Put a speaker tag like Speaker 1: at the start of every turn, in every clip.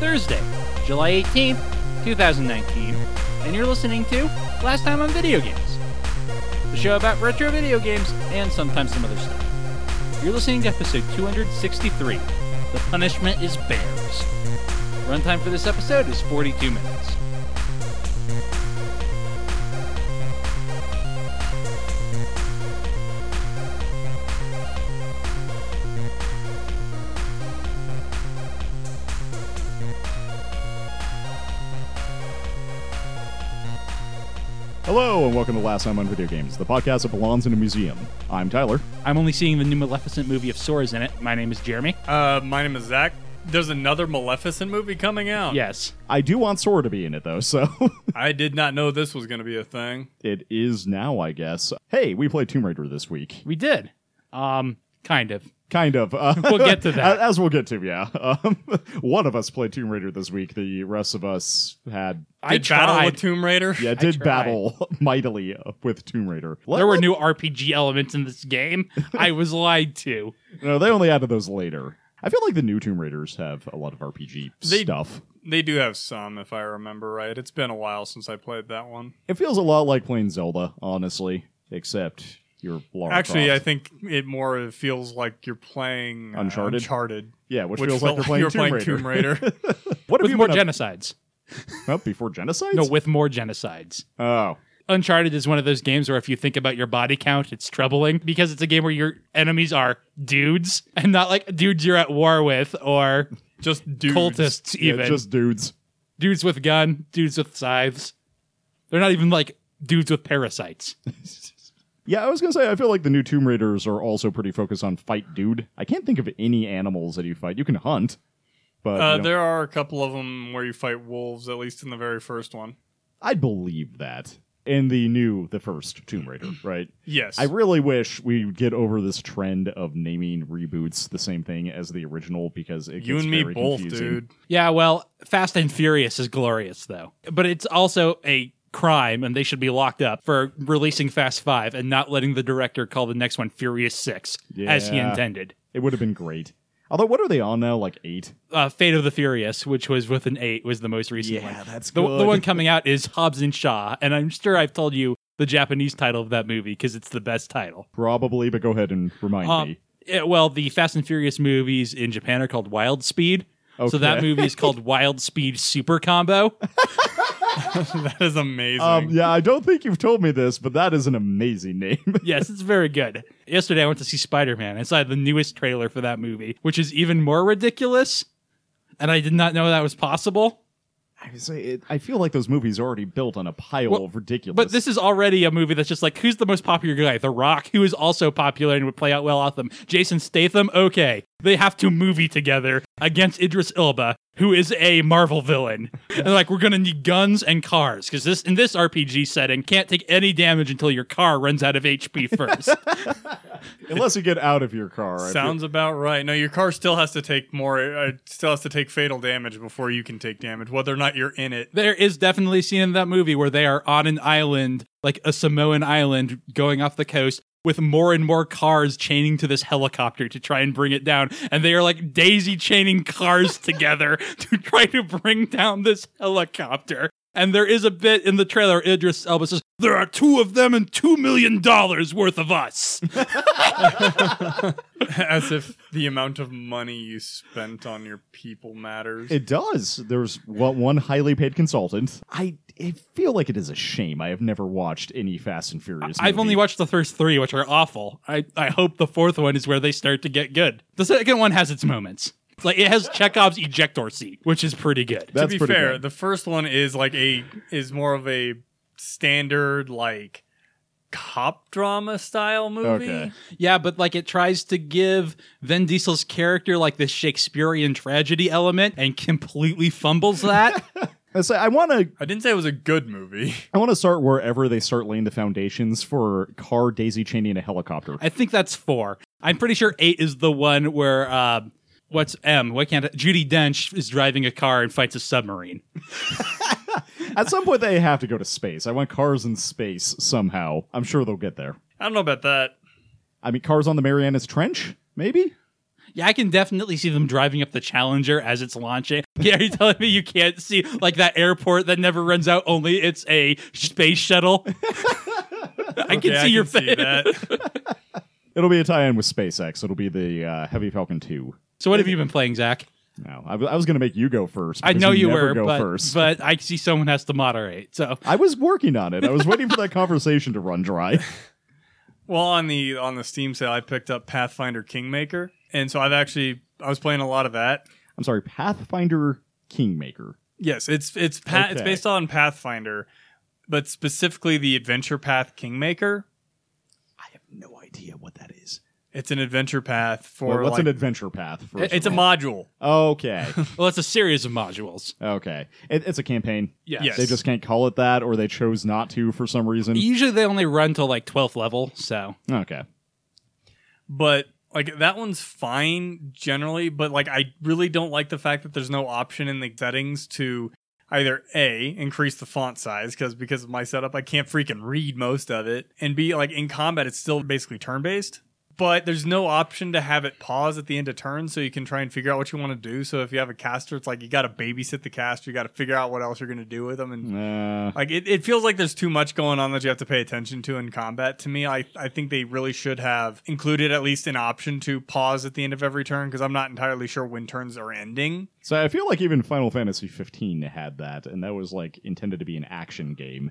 Speaker 1: Thursday, July 18th, 2019, and you're listening to Last Time on Video Games, the show about retro video games and sometimes some other stuff. You're listening to episode 263 The Punishment is Bears. Runtime for this episode is 42 minutes.
Speaker 2: Hello, and welcome to Last Time on Video Games, the podcast that belongs in a museum. I'm Tyler.
Speaker 1: I'm only seeing the new Maleficent movie if Sora's in it. My name is Jeremy.
Speaker 3: Uh, my name is Zach. There's another Maleficent movie coming
Speaker 2: Oh.
Speaker 3: out.
Speaker 1: Yes.
Speaker 2: I do want Sora to be in it, though, so
Speaker 3: I did not know this was going to be a thing.
Speaker 2: it is now, I guess. Hey, we played Tomb Raider this week.
Speaker 1: We did. Um, kind of.
Speaker 2: Kind of. Uh,
Speaker 1: We'll get to that.
Speaker 2: As we'll get to, yeah. Um, one of us played Tomb Raider this week. The rest of us had,
Speaker 1: I
Speaker 3: Did Battle
Speaker 1: tried.
Speaker 3: with Tomb Raider?
Speaker 2: yeah, did
Speaker 1: tried.
Speaker 2: battle mightily uh, with Tomb Raider.
Speaker 1: there were new RPG elements in this game. I was lied to.
Speaker 2: No, they only added those later. I feel like the new Tomb Raiders have a lot of RPG
Speaker 3: They-
Speaker 2: stuff.
Speaker 3: They do have some, if I remember right. It's been a while since I played that one.
Speaker 2: It feels a lot like playing Zelda, honestly, except you're Lara
Speaker 3: Actually,
Speaker 2: Croft.
Speaker 3: I think it more feels like you're playing uh,
Speaker 2: Uncharted?
Speaker 3: Uncharted.
Speaker 2: Yeah, which,
Speaker 3: Which
Speaker 2: feels like
Speaker 3: felt
Speaker 2: you're playing, Tomb,
Speaker 3: playing
Speaker 2: Raider.
Speaker 3: Tomb Raider. Uh,
Speaker 2: What have
Speaker 1: With
Speaker 2: you
Speaker 1: more
Speaker 2: been up-
Speaker 1: genocides.
Speaker 2: oh, before genocides?
Speaker 1: No, with more genocides.
Speaker 2: oh,
Speaker 1: Uncharted is one of those games where if you think about your body count, it's troubling because it's a game where your enemies are dudes and not like dudes you're at war with or
Speaker 3: Just dudes.
Speaker 1: cultists,
Speaker 2: yeah,
Speaker 1: even.
Speaker 2: just dudes.
Speaker 1: dudes with gun, dudes with scythes. They're not even like dudes with parasites.
Speaker 2: Yeah, I was gonna say I feel like the new Tomb Raiders are also pretty focused on fight, dude. I can't think of any animals that you fight. You can hunt, but
Speaker 3: Uh,
Speaker 2: you know,
Speaker 3: there are a couple of them where you fight wolves, at least in the very first one.
Speaker 2: I believe that in the new, the first Tomb Raider, right?
Speaker 3: Yes.
Speaker 2: I really wish we would get over this trend of naming reboots the same thing as the original because it
Speaker 3: you
Speaker 2: gets
Speaker 3: and me
Speaker 2: very
Speaker 3: both,
Speaker 2: confusing.
Speaker 3: dude.
Speaker 1: Yeah, well, Fast and Furious is glorious though. But it's also a crime and they should be locked up for releasing Fast 5 and not letting the director call the next one Furious 6 as he
Speaker 2: Yeah.
Speaker 1: intended.
Speaker 2: It would have been great. Although, what are they on now? Like eight?
Speaker 1: Uh, Fate of the Furious, which was with an 8 was the most recent
Speaker 2: Yeah,
Speaker 1: one.
Speaker 2: that's
Speaker 1: the, the
Speaker 2: good.
Speaker 1: one coming out is Hobbs and Shaw and I'm sure I've told you the Japanese title of that movie because it's the best title.
Speaker 2: Probably, but go ahead and remind
Speaker 3: Uh,
Speaker 1: Um,
Speaker 2: me.
Speaker 1: eh, well, the Fast and Furious movies in Japan are called Wild Speed. So that
Speaker 2: Okay.
Speaker 1: movie is called Wild Speed Super Combo.
Speaker 3: that is amazing.
Speaker 2: Um, yeah, I don't think you've told me this, but that is an amazing name.
Speaker 1: yes, it's very good. Yesterday I went to see Spider Man and saw the newest trailer for that movie, which is even more ridiculous. And I did not know that was possible.
Speaker 2: I would say it, I feel like those movies are already built on a pile
Speaker 1: Well,
Speaker 2: of ridiculous.
Speaker 1: But this is already a movie that's just like, who's the most popular guy? The Rock, who is also popular and would play out well off them. Jason Statham, okay. They have to movie together against Idris Elba, who is a Marvel villain. And they're like, we're gonna need guns and cars, because this in this RPG setting can't take any damage until your car runs out of HP first.
Speaker 2: unless you get out of your car, I feel-
Speaker 3: Sounds about right. No, your car still has to take more. It still has to take fatal damage before you can take damage, whether or not you're in it.
Speaker 1: there is definitely a scene in that movie where they are on an island, like a Samoan island, going off the coast with more and more cars chaining to this helicopter to try and bring it down. And they are like daisy chaining cars together to try to bring down this helicopter. And there is a bit in the trailer, Idris Elba says, There are two of them and two million dollars worth of us.
Speaker 3: As if the amount of money you spent on your people matters.
Speaker 2: it does. There's one, one highly paid consultant. I, I feel like it is a shame I have never watched any Fast and Furious.
Speaker 1: I've
Speaker 2: movie.
Speaker 1: only watched the first three, which are awful. I, I hope the fourth one is where they start to get good. The second one has its moments. Like it has Chekhov's ejector seat, which is pretty good.
Speaker 2: That's
Speaker 3: to be
Speaker 2: pretty
Speaker 3: fair,
Speaker 2: good.
Speaker 3: the first one is like a is more of a standard like cop drama style movie.
Speaker 2: Okay.
Speaker 1: yeah, but like it tries to give Vin Diesel's character like this Shakespearean tragedy element and completely fumbles that.
Speaker 2: I say I want to
Speaker 3: I didn't say it was a good movie.
Speaker 2: I want to start wherever they start laying the foundations for car daisy chaining a helicopter.
Speaker 1: I think that's four. I'm pretty sure eight is the one where uh, what's M? Why can't it? Judy Dench is driving a car and fights a submarine.
Speaker 2: At some point, they have to go to space. I want cars in space somehow. I'm sure they'll get there.
Speaker 3: I don't know about that.
Speaker 2: I mean, cars on the Marianas Trench, maybe.
Speaker 1: Yeah, I can definitely see them driving up the Challenger as it's launching. Yeah, are you telling me you can't see like that airport that never runs out? Only it's a space shuttle. I can see
Speaker 3: Okay, I
Speaker 1: your
Speaker 3: can see
Speaker 1: face.
Speaker 3: that.
Speaker 2: It'll be a tie-in with SpaceX. It'll be the uh, Heavy Falcon Two.
Speaker 1: So what have you been playing, Zach?
Speaker 2: No, I, w- I was going to make you go first.
Speaker 1: I
Speaker 2: because
Speaker 1: know you,
Speaker 2: never
Speaker 1: were,
Speaker 2: go
Speaker 1: but,
Speaker 2: first.
Speaker 1: but I see someone has to moderate. So
Speaker 2: I was working on it. I was waiting for that conversation to run dry.
Speaker 3: Well, on the on the Steam sale, I picked up Pathfinder Kingmaker, and so I've actually I was playing a lot of that.
Speaker 2: I'm sorry, Pathfinder Kingmaker.
Speaker 3: Yes, it's it's pa- it's
Speaker 2: Okay.
Speaker 3: based on Pathfinder, but specifically the Adventure Path Kingmaker.
Speaker 2: I have no idea what that is.
Speaker 3: It's an adventure path for
Speaker 2: Well, what's
Speaker 3: like,
Speaker 2: an adventure path?
Speaker 3: it-
Speaker 2: First
Speaker 3: it's a
Speaker 2: of all?
Speaker 3: module.
Speaker 2: Okay,
Speaker 1: well, it's a series of modules.
Speaker 2: okay. It, it's a campaign.
Speaker 1: Yes.
Speaker 3: Yes.
Speaker 2: They just can't call it that, or they chose not to for some reason.
Speaker 1: Usually they only run till like 12th level. So
Speaker 2: Okay.
Speaker 3: but like that one's fine generally but like i really don't like the fact that there's no option in the settings to either a increase the font size because because of my setup i can't freaking read most of it and b like in combat it's still basically turn based but there's no option to have it pause at the end of turn so you can try and figure out what you want to do so if you have a caster it's like you got to babysit the caster you got to figure out what else you're going to do with them and
Speaker 2: Uh,
Speaker 3: like it, it feels like there's too much going on that you have to pay attention to in combat. To me, I, I think they really should have included at least an option to pause at the end of every turn because I'm not entirely sure when turns are ending.
Speaker 2: so I feel like even Final Fantasy 15 had that, and that was like intended to be an action game.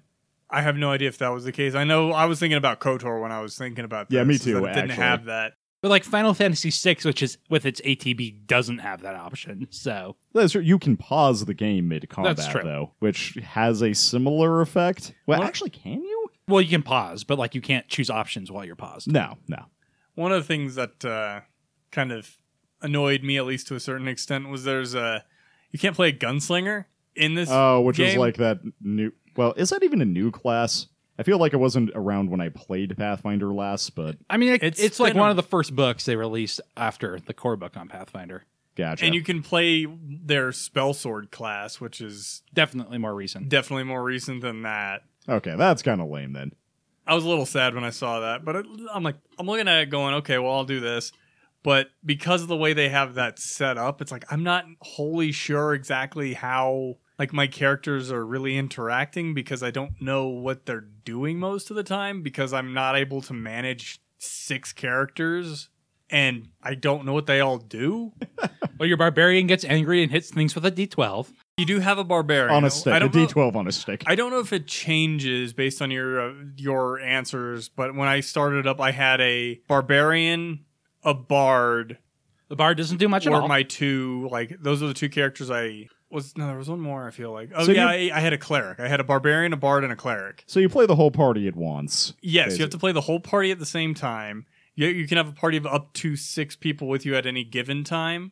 Speaker 3: I have no idea if that was the case. I know I was thinking about Kotor when I was thinking about this.
Speaker 2: Yeah, me
Speaker 3: is that
Speaker 2: too,
Speaker 3: It didn't
Speaker 2: actually.
Speaker 3: have that.
Speaker 1: But like Final Fantasy VI, which is with its ATB, doesn't have that option. So
Speaker 2: That's true. You can pause the game mid
Speaker 1: That's
Speaker 2: combat
Speaker 1: true.
Speaker 2: though, which has a similar effect. Well,
Speaker 3: Well-
Speaker 2: actually, can you?
Speaker 1: well, you can pause, but like you can't choose options while you're paused.
Speaker 2: No, no.
Speaker 3: One of the things that uh, kind of annoyed me, at least to a certain extent, was there's a you can't play a gunslinger in this.
Speaker 2: Oh, which is
Speaker 3: game.
Speaker 2: like that new. Well, is that even a new class? I feel like it wasn't around when I played Pathfinder last, but
Speaker 1: I mean, it, it's,
Speaker 3: It's
Speaker 1: like
Speaker 3: been
Speaker 1: one
Speaker 3: a-
Speaker 1: of the first books they released after the core book on Pathfinder.
Speaker 2: gotcha.
Speaker 3: and you can play their spell sword class, which is
Speaker 1: Definitely more recent.
Speaker 3: definitely more recent than that.
Speaker 2: okay, that's kind of lame then.
Speaker 3: I was a little sad when I saw that, but it, I'm like, I'm looking at it going, okay, well, I'll do this. But because of the way they have that set up, it's like, I'm not wholly sure exactly how, like, my characters are really interacting because I don't know what they're doing most of the time because I'm not able to manage six characters and I don't know what they all do.
Speaker 1: Well, your barbarian gets angry and hits things with a d12.
Speaker 3: You do have a barbarian.
Speaker 2: on
Speaker 3: I
Speaker 2: a stick, a
Speaker 3: don't know-
Speaker 2: D12 on a stick.
Speaker 3: I don't know if it changes based on your uh, your answers, but when I started up, I had a barbarian, a bard,
Speaker 1: The bard doesn't do much at
Speaker 3: or
Speaker 1: all.
Speaker 3: my two like those are the two characters I was. No, there was one more. I feel like oh
Speaker 2: So
Speaker 3: yeah, I, I had a cleric. I had a barbarian, a bard, and a cleric.
Speaker 2: so you play the whole party at once.
Speaker 3: Yes, you have
Speaker 2: Basically.
Speaker 3: to play the whole party at the same time. You, you can have a party of up to six people with you at any given time.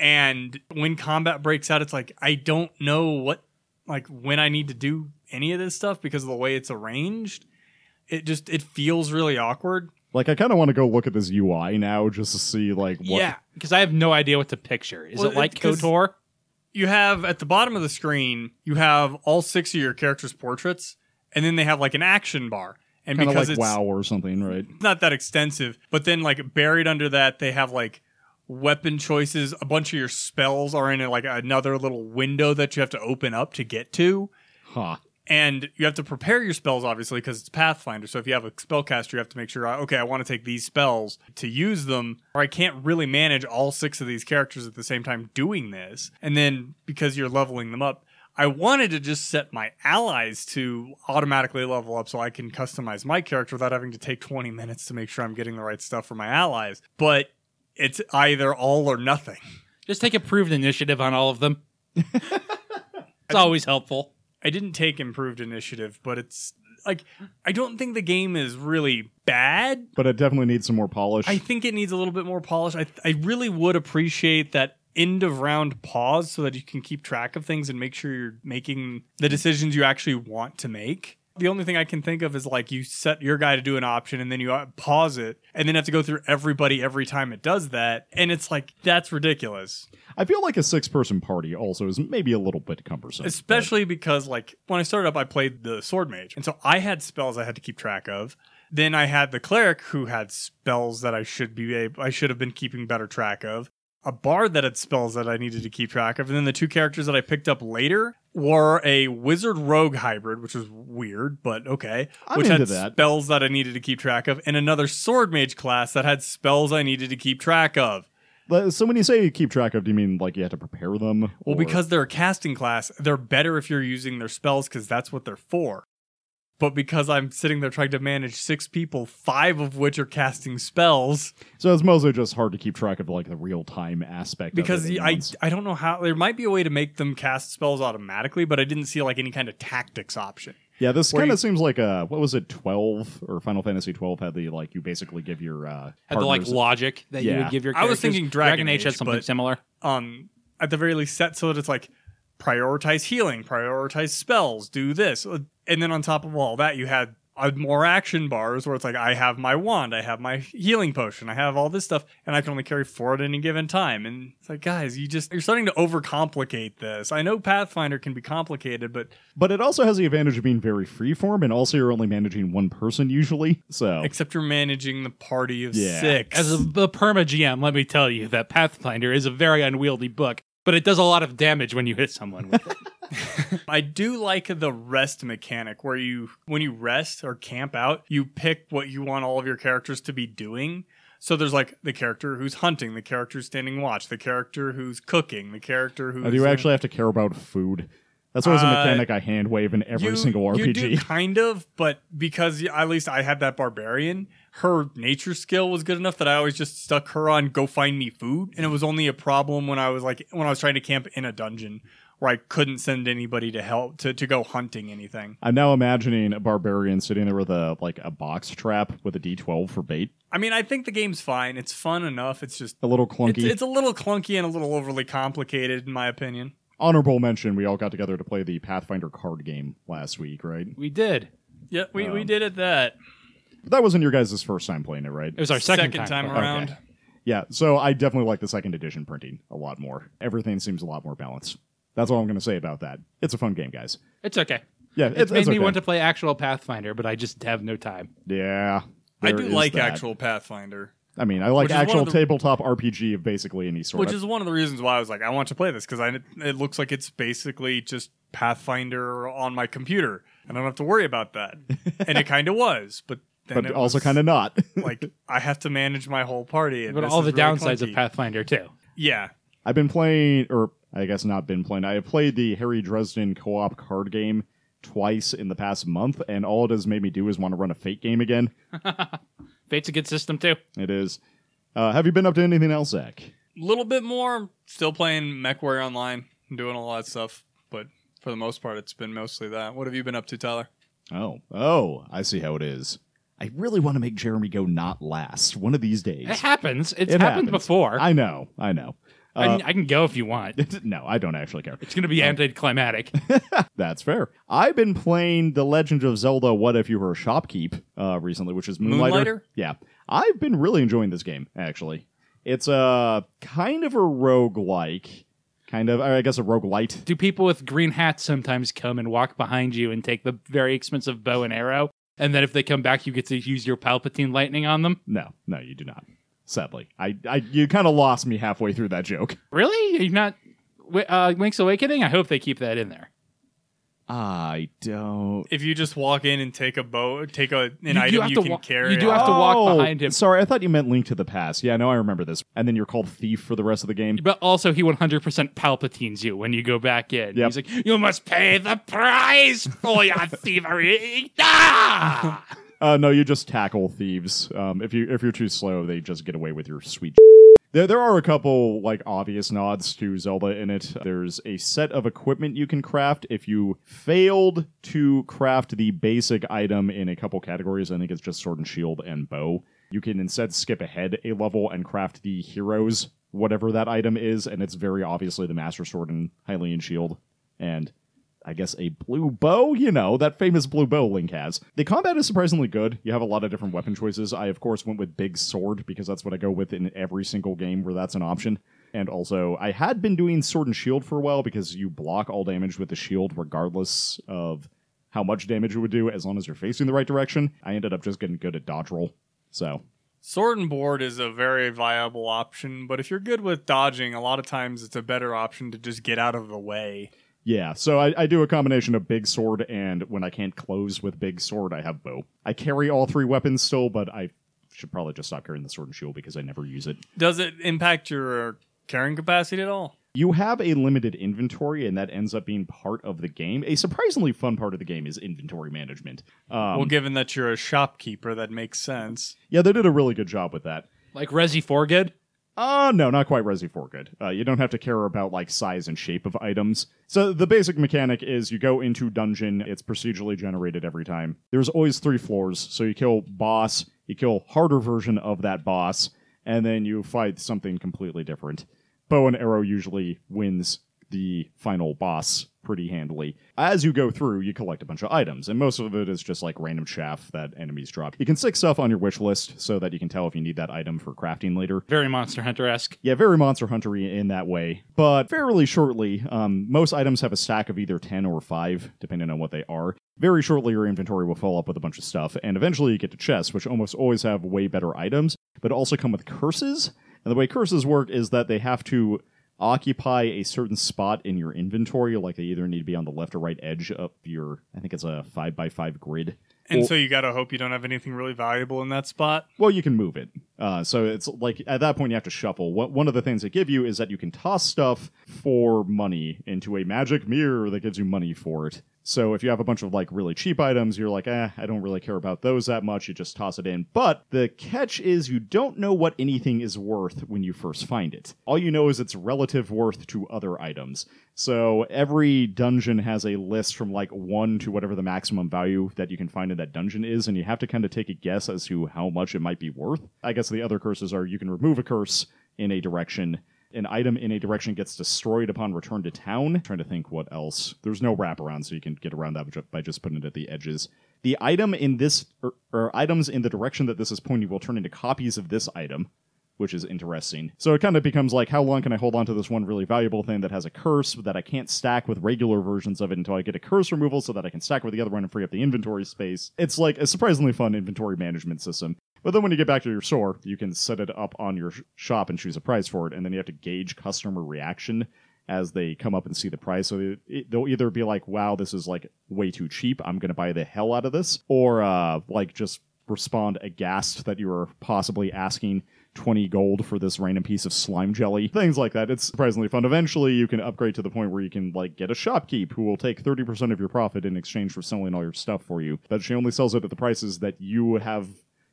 Speaker 3: And when combat breaks out, it's like, I don't know what, like, when I need to do any of this stuff because of the way it's arranged. It just, it feels really awkward.
Speaker 2: Like I kind of want to go look at this UI now just to see like what.
Speaker 1: yeah, because I have no idea what to picture. Is
Speaker 3: Well,
Speaker 1: it like
Speaker 3: it- 'cause-
Speaker 1: KOTOR?
Speaker 3: You have at the bottom of the screen, you have all six of your characters' portraits, and then they have like an action bar. And
Speaker 2: Kind of
Speaker 3: because
Speaker 2: like
Speaker 3: it's
Speaker 2: WoW or something, right?
Speaker 3: not that extensive, but then like buried under that, they have like weapon choices. A bunch of your spells are in like another little window that you have to open up to get to.
Speaker 2: Huh.
Speaker 3: And you have to prepare your spells, obviously, because it's Pathfinder. So if you have a spellcaster, you have to make sure, uh, okay, I want to take these spells to use them, or I can't really manage all six of these characters at the same time doing this. And then because you're leveling them up, I wanted to just set my allies to automatically level up so I can customize my character without having to take 20 minutes to make sure I'm getting the right stuff for my allies. But it's either all or nothing.
Speaker 1: Just take improved initiative on all of them. it's always helpful.
Speaker 3: I didn't take improved initiative, but it's like I don't think the game is really bad.
Speaker 2: But it definitely needs some more polish.
Speaker 3: I think it needs a little bit more polish. I I really would appreciate that end of round pause so that you can keep track of things and make sure you're making the decisions you actually want to make. The only thing I can think of is like you set your guy to do an option and then you uh, pause it and then have to go through everybody every time it does that. And it's like, that's ridiculous.
Speaker 2: I feel like a six-person party also is maybe a little bit cumbersome.
Speaker 3: especially because like when I started up, I played the sword mage, and so I had spells I had to keep track of. Then I had the cleric who had spells that I should be ab- I should have been keeping better track of. A bard that had spells that I needed to keep track of, and then the two characters that I picked up later were a wizard rogue hybrid, which was weird, but okay.
Speaker 2: I'm
Speaker 3: which
Speaker 2: into
Speaker 3: had
Speaker 2: that.
Speaker 3: spells that I needed to keep track of, and another sword mage class that had spells I needed to keep track of.
Speaker 2: But- uh, So when you say you keep track of, do you mean like you have to prepare them?
Speaker 3: Well,
Speaker 2: or-
Speaker 3: because they're a casting class, they're better if you're using their spells because that's what they're for. But because I'm sitting there trying to manage six people, five of which are casting spells,
Speaker 2: so it's mostly just hard to keep track of like the real time aspect.
Speaker 3: because
Speaker 2: of it
Speaker 3: the-
Speaker 2: at
Speaker 3: I,
Speaker 2: once.
Speaker 3: I don't know how there might be a way to make them cast spells automatically, but I didn't see like any kind of tactics option.
Speaker 2: yeah, this
Speaker 3: where
Speaker 2: kind
Speaker 3: you-
Speaker 2: of seems like a what was it twelve or Final Fantasy twelve had the like you basically give your uh,
Speaker 1: Had the like
Speaker 2: partners-
Speaker 1: logic that you
Speaker 2: Yeah.
Speaker 1: would give your.
Speaker 3: I was
Speaker 1: characters.
Speaker 3: thinking Dragon
Speaker 1: Age had
Speaker 3: Age,
Speaker 1: something
Speaker 3: but-
Speaker 1: similar.
Speaker 3: Um, at the very least, set so that it's like prioritize healing, prioritize spells, do this, Uh, and then on top of all that, you had uh, more action bars where it's like I have my wand, I have my healing potion, I have all this stuff, and I can only carry four at any given time. And it's like, guys, you just you're starting to overcomplicate this. I know Pathfinder can be complicated, but
Speaker 2: But it also has the advantage of being very freeform, and also you're only managing one person usually. So
Speaker 3: except you're managing the party of
Speaker 2: Yeah.
Speaker 3: six.
Speaker 1: As a, the perma GM, let me tell you that Pathfinder is a very unwieldy book, but it does a lot of damage when you hit someone with it.
Speaker 3: I do like the rest mechanic where you, when you rest or camp out, you pick what you want all of your characters to be doing. So there's like the character who's hunting, the character standing watch, the character who's cooking, the character who's.
Speaker 2: Uh, do you
Speaker 3: uh,
Speaker 2: actually have to care about food? That's always a
Speaker 3: Uh,
Speaker 2: mechanic I hand wave in every
Speaker 3: you-
Speaker 2: single
Speaker 3: you
Speaker 2: RPG.
Speaker 3: do kind of, but because y- at least I had that barbarian, her nature skill was good enough that I always just stuck her on go find me food, and it was only a problem when I was like when I was trying to camp in a dungeon where I couldn't send anybody to help to to go hunting anything.
Speaker 2: I'm now imagining a barbarian sitting there with a like a box trap with a D12 for bait.
Speaker 3: I mean, I think the game's fine. It's fun enough. It's just
Speaker 2: A little
Speaker 3: it's,
Speaker 2: clunky.
Speaker 3: it's a little clunky and a little overly complicated, in my opinion.
Speaker 2: Honorable mention: We all got together to play the Pathfinder card game last week, right?
Speaker 1: We did.
Speaker 3: Yeah, we, we
Speaker 2: Um,
Speaker 3: did it that
Speaker 2: But that wasn't your guys' first time playing it, right?
Speaker 1: It was our second,
Speaker 3: time,
Speaker 1: around.
Speaker 3: around.
Speaker 2: Okay. Yeah, so I definitely like the second edition printing a lot more. Everything seems a lot more balanced. That's all I'm going to say about that. It's a fun game, guys.
Speaker 1: It's okay.
Speaker 2: Yeah,
Speaker 1: It
Speaker 2: it's,
Speaker 1: made
Speaker 2: it's
Speaker 1: me
Speaker 2: okay.
Speaker 1: want to play actual Pathfinder, but I just have no time.
Speaker 2: Yeah,
Speaker 3: I
Speaker 2: there
Speaker 3: do
Speaker 2: is
Speaker 3: like
Speaker 2: that.
Speaker 3: actual Pathfinder,
Speaker 2: I mean, I like
Speaker 3: Which is one
Speaker 2: actual
Speaker 3: of the-
Speaker 2: tabletop RPG of basically any sort.
Speaker 3: which
Speaker 2: I-
Speaker 3: is one of the reasons why I was like, I want to play this because I it looks like it's basically just Pathfinder on my computer. I don't have to worry about that, and it kind of was, but then
Speaker 2: but
Speaker 3: it
Speaker 2: also
Speaker 3: was
Speaker 2: kind of not.
Speaker 3: like I have to manage my whole party. And
Speaker 1: But
Speaker 3: this
Speaker 1: all the
Speaker 3: is really
Speaker 1: downsides
Speaker 3: clunky.
Speaker 1: of Pathfinder too.
Speaker 3: Yeah,
Speaker 2: I've been playing, or I guess not been playing. I have played the Harry Dresden co-op card game twice in the past month, and all it has made me do is want to run a fake game again.
Speaker 1: Fate's a good system too.
Speaker 2: It is. Uh, have you been up to anything else, Zach?
Speaker 3: a little bit more. Still playing MechWarrior Online, and doing a lot of stuff, but for the most part, it's been mostly that. What have you been up to, Tyler?
Speaker 2: Oh, oh, I see how it is. I really want to make Jeremy go not last one of these days.
Speaker 1: It happens. It's
Speaker 2: It
Speaker 1: happened
Speaker 2: happens.
Speaker 1: before. I,
Speaker 2: I know, I know. Uh,
Speaker 1: I can go if you want.
Speaker 2: no, I don't actually care.
Speaker 1: It's going to be anticlimactic.
Speaker 2: That's fair. I've been playing The Legend of Zelda: What If You Were a Shopkeep uh, recently, which is Moonlighter.
Speaker 3: Moonlighter?
Speaker 2: Yeah, I've been really enjoying this game. Actually, it's a kind of a roguelike, kind of I guess a roguelite.
Speaker 1: Do people with green hats sometimes come and walk behind you and take the very expensive bow and arrow? And then if they come back, you get to use your Palpatine lightning on them?
Speaker 2: No, no, you do not. Sadly, I, I you kind of lost me halfway through that joke.
Speaker 1: Really? You're not. Wi- Uh, Link's Awakening? I hope they keep that in there.
Speaker 2: I don't.
Speaker 3: If you just walk in and take a boat, take a an
Speaker 1: do
Speaker 3: item
Speaker 1: have
Speaker 3: you
Speaker 1: to
Speaker 3: can
Speaker 1: wa-
Speaker 3: carry.
Speaker 1: you do have
Speaker 3: out.
Speaker 1: to walk behind him.
Speaker 2: Oh, Sorry, I thought you meant Link to the Past. Yeah, no, I remember this. And then you're called thief for the rest of the game.
Speaker 1: But also, he 100% Palpatines you when you go back in.
Speaker 2: Yep.
Speaker 1: He's like, You must pay the price for your thievery. Ah!
Speaker 2: Uh, no, you just tackle thieves. Um, if you if you're too slow, they just get away with your sweet. There, there are a couple like obvious nods to Zelda in it. There's a set of equipment you can craft. If you failed to craft the basic item in a couple categories, I think it's just sword and shield and bow. You can instead skip ahead a level and craft the heroes, whatever that item is, and it's very obviously the master sword and Hylian shield. And I guess a blue bow, you know, that famous blue bow Link has. The combat is surprisingly good. You have a lot of different weapon choices. I, of course, went with Big Sword because that's what I go with in every single game where that's an option. And also, I had been doing Sword and Shield for a while because you block all damage with the shield regardless of how much damage it would do as long as you're facing the right direction. I ended up just getting good at dodge roll. So
Speaker 3: Sword and board is a very viable option, but if you're good with dodging, a lot of times it's a better option to just get out of the way.
Speaker 2: yeah, so I, I do a combination of big sword and when I can't close with big sword, I have bow. I carry all three weapons still, but I should probably just stop carrying the sword and shield because I never use it.
Speaker 3: Does it impact your carrying capacity at all?
Speaker 2: You have a limited inventory, and that ends up being part of the game. A surprisingly fun part of the game is inventory management. Um,
Speaker 3: well, given that you're a shopkeeper, that makes sense.
Speaker 2: yeah, they did a really good job with that.
Speaker 1: Like Resi Forgood?
Speaker 2: Uh, no, not quite Resi Forgood. Uh, you don't have to care about like size and shape of items. So the basic mechanic is you go into dungeon. It's procedurally generated every time. There's always three floors. So you kill boss, you kill harder version of that boss, and then you fight something completely different. Bow and arrow usually wins the final boss pretty handily. As you go through, you collect a bunch of items, and most of it is just like random chaff that enemies drop. You can stick stuff on your wish list so that you can tell if you need that item for crafting later.
Speaker 1: Very Monster Hunter esque.
Speaker 2: Yeah, very Monster Huntery in that way. But fairly shortly, um, most items have a stack of either 10 or 5, depending on what they are. Very shortly, your inventory will fill up with a bunch of stuff, and eventually you get to chests, which almost always have way better items, but also come with curses. And the way curses work is that they have to occupy a certain spot in your inventory, like they either need to be on the left or right edge of your, I think it's a 5 by 5 grid.
Speaker 3: And
Speaker 2: Well-
Speaker 3: so you got to hope you don't have anything really valuable in that spot.
Speaker 2: Well, you can move it. Uh, so it's like at that point you have to shuffle. What one of the things they give you is that you can toss stuff for money into a magic mirror that gives you money for it. So if you have a bunch of like really cheap items, you're like, eh, I don't really care about those that much. You just toss it in. But the catch is you don't know what anything is worth when you first find it. All you know is its relative worth to other items. So every dungeon has a list from like one to whatever the maximum value that you can find in that dungeon is, and you have to kind of take a guess as to how much it might be worth. I guess the other curses are you can remove a curse in a direction. An item in a direction gets destroyed upon return to town. trying to think what else. There's no wraparound, so you can get around that ju- by just putting it at the edges. The item in this, or, or items in the direction that this is pointing, will turn into copies of this item which is interesting. So it kind of becomes like, how long can I hold on to this one really valuable thing that has a curse that I can't stack with regular versions of it until I get a curse removal so that I can stack with the other one and free up the inventory space? It's like a surprisingly fun inventory management system. But then when you get back to your store, you can set it up on your sh- shop and choose a price for it, and then you have to gauge customer reaction as they come up and see the price. So they- it- they'll either be like, wow, this is like way too cheap. I'm going to buy the hell out of this. Or uh, like just respond aghast that you are possibly asking 20 gold for this random piece of slime jelly. Things like that. It's surprisingly fun. Eventually, you can upgrade to the point where you can like get a shopkeep who will take 30% of your profit in exchange for selling all your stuff for you. But she only sells it at the prices that you have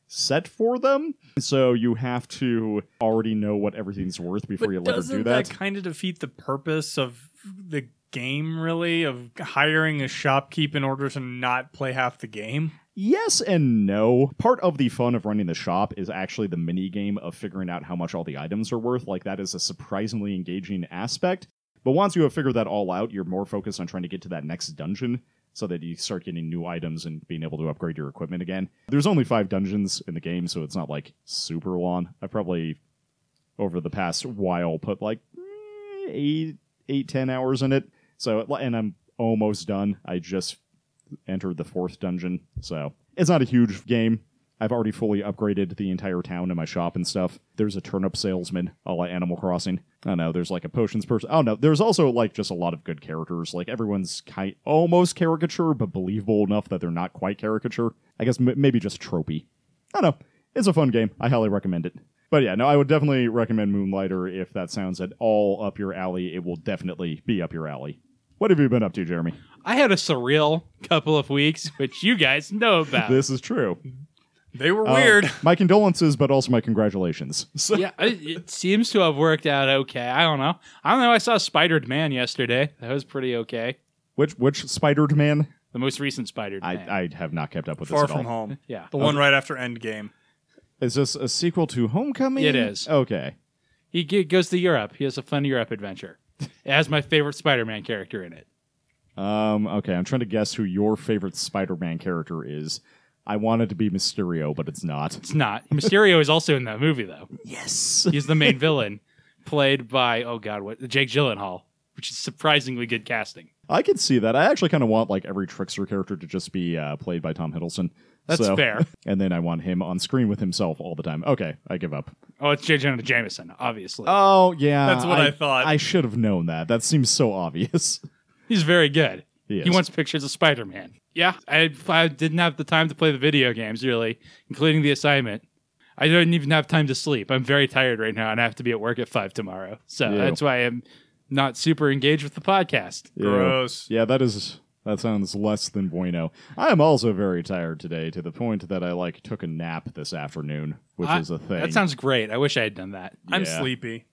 Speaker 2: set for them. So you have to already know what everything's worth before you let her
Speaker 3: doesn't
Speaker 2: do that.
Speaker 3: kind of defeat the purpose of the game, really, of hiring a shopkeep in order to not play half the game?
Speaker 2: Yes and no. Part of the fun of running the shop is actually the mini game of figuring out how much all the items are worth. Like that is a surprisingly engaging aspect. But once you have figured that all out, you're more focused on trying to get to that next dungeon so that you start getting new items and being able to upgrade your equipment again. There's only 5 dungeons in the game, so it's not like super long. I probably over the past while put like mm, eight, eight, ten hours in it. So, and I'm almost done. I just entered the fourth dungeon, so it's not a huge game. I've already fully upgraded the entire town and my shop and stuff. There's a turnip salesman, a la Animal Crossing. I don't know. There's like a potions person. I don't know. There's also like just a lot of good characters. Like everyone's kind almost caricature, but believable enough that they're not quite caricature. I guess m- maybe just tropey. I don't know. It's a fun game. I highly recommend it. But yeah, no, I would definitely recommend Moonlighter if that sounds at all up your alley. It will definitely be up your alley. What have you been up to, Jeremy?
Speaker 1: I had a surreal couple of weeks, which you guys know about.
Speaker 2: This is true.
Speaker 3: They were
Speaker 2: Uh,
Speaker 3: weird.
Speaker 2: my condolences, but also my congratulations. So,
Speaker 1: yeah, it, it seems to have worked out okay. I don't know. I don't know. I saw Spidered Man yesterday. That was pretty okay.
Speaker 2: which which Spidered Man?
Speaker 1: The most recent Spidered
Speaker 2: I,
Speaker 1: Man.
Speaker 2: I have not kept up with
Speaker 3: Far
Speaker 2: this at all.
Speaker 3: from home.
Speaker 1: yeah.
Speaker 3: The one right after Endgame.
Speaker 2: Is this a sequel to Homecoming?
Speaker 1: It is.
Speaker 2: Okay.
Speaker 1: He g- goes to Europe. He has a fun Europe adventure. It has my favorite Spider Man character in it.
Speaker 2: Um. Okay. I'm trying to guess who your favorite Spider-Man character is. I wanted to be Mysterio, but it's not.
Speaker 1: It's not. Mysterio is also in that movie, though.
Speaker 2: Yes.
Speaker 1: He's the main villain, played by, oh God, what? Jake Gyllenhaal, which is surprisingly good casting.
Speaker 2: I can see that. I actually kind of want like every trickster character to just be uh, played by Tom Hiddleston.
Speaker 1: That's
Speaker 2: So-
Speaker 1: fair.
Speaker 2: And then I want him on screen with himself all the time. Okay, I give up.
Speaker 1: Oh, it's J. Jonah Jameson, obviously.
Speaker 2: Oh yeah,
Speaker 3: That's what I thought.
Speaker 2: I should have known that. That seems so obvious.
Speaker 1: He's very good.
Speaker 2: He is.
Speaker 1: wants pictures of Spider Man. Yeah, I, I didn't have the time to play the video games, really, including the assignment. I didn't even have time to sleep. I'm very tired right now, and I have to be at work at five tomorrow. So
Speaker 2: Ew.
Speaker 1: that's why I'm not super engaged with the podcast.
Speaker 2: Ew.
Speaker 3: Gross.
Speaker 2: Yeah, that is that sounds less than bueno. I am also very tired today to the point that I like took a nap this afternoon, which
Speaker 1: I-
Speaker 2: is a thing.
Speaker 1: That sounds great. I wish I had done that.
Speaker 3: I'm
Speaker 2: Yeah.
Speaker 3: sleepy,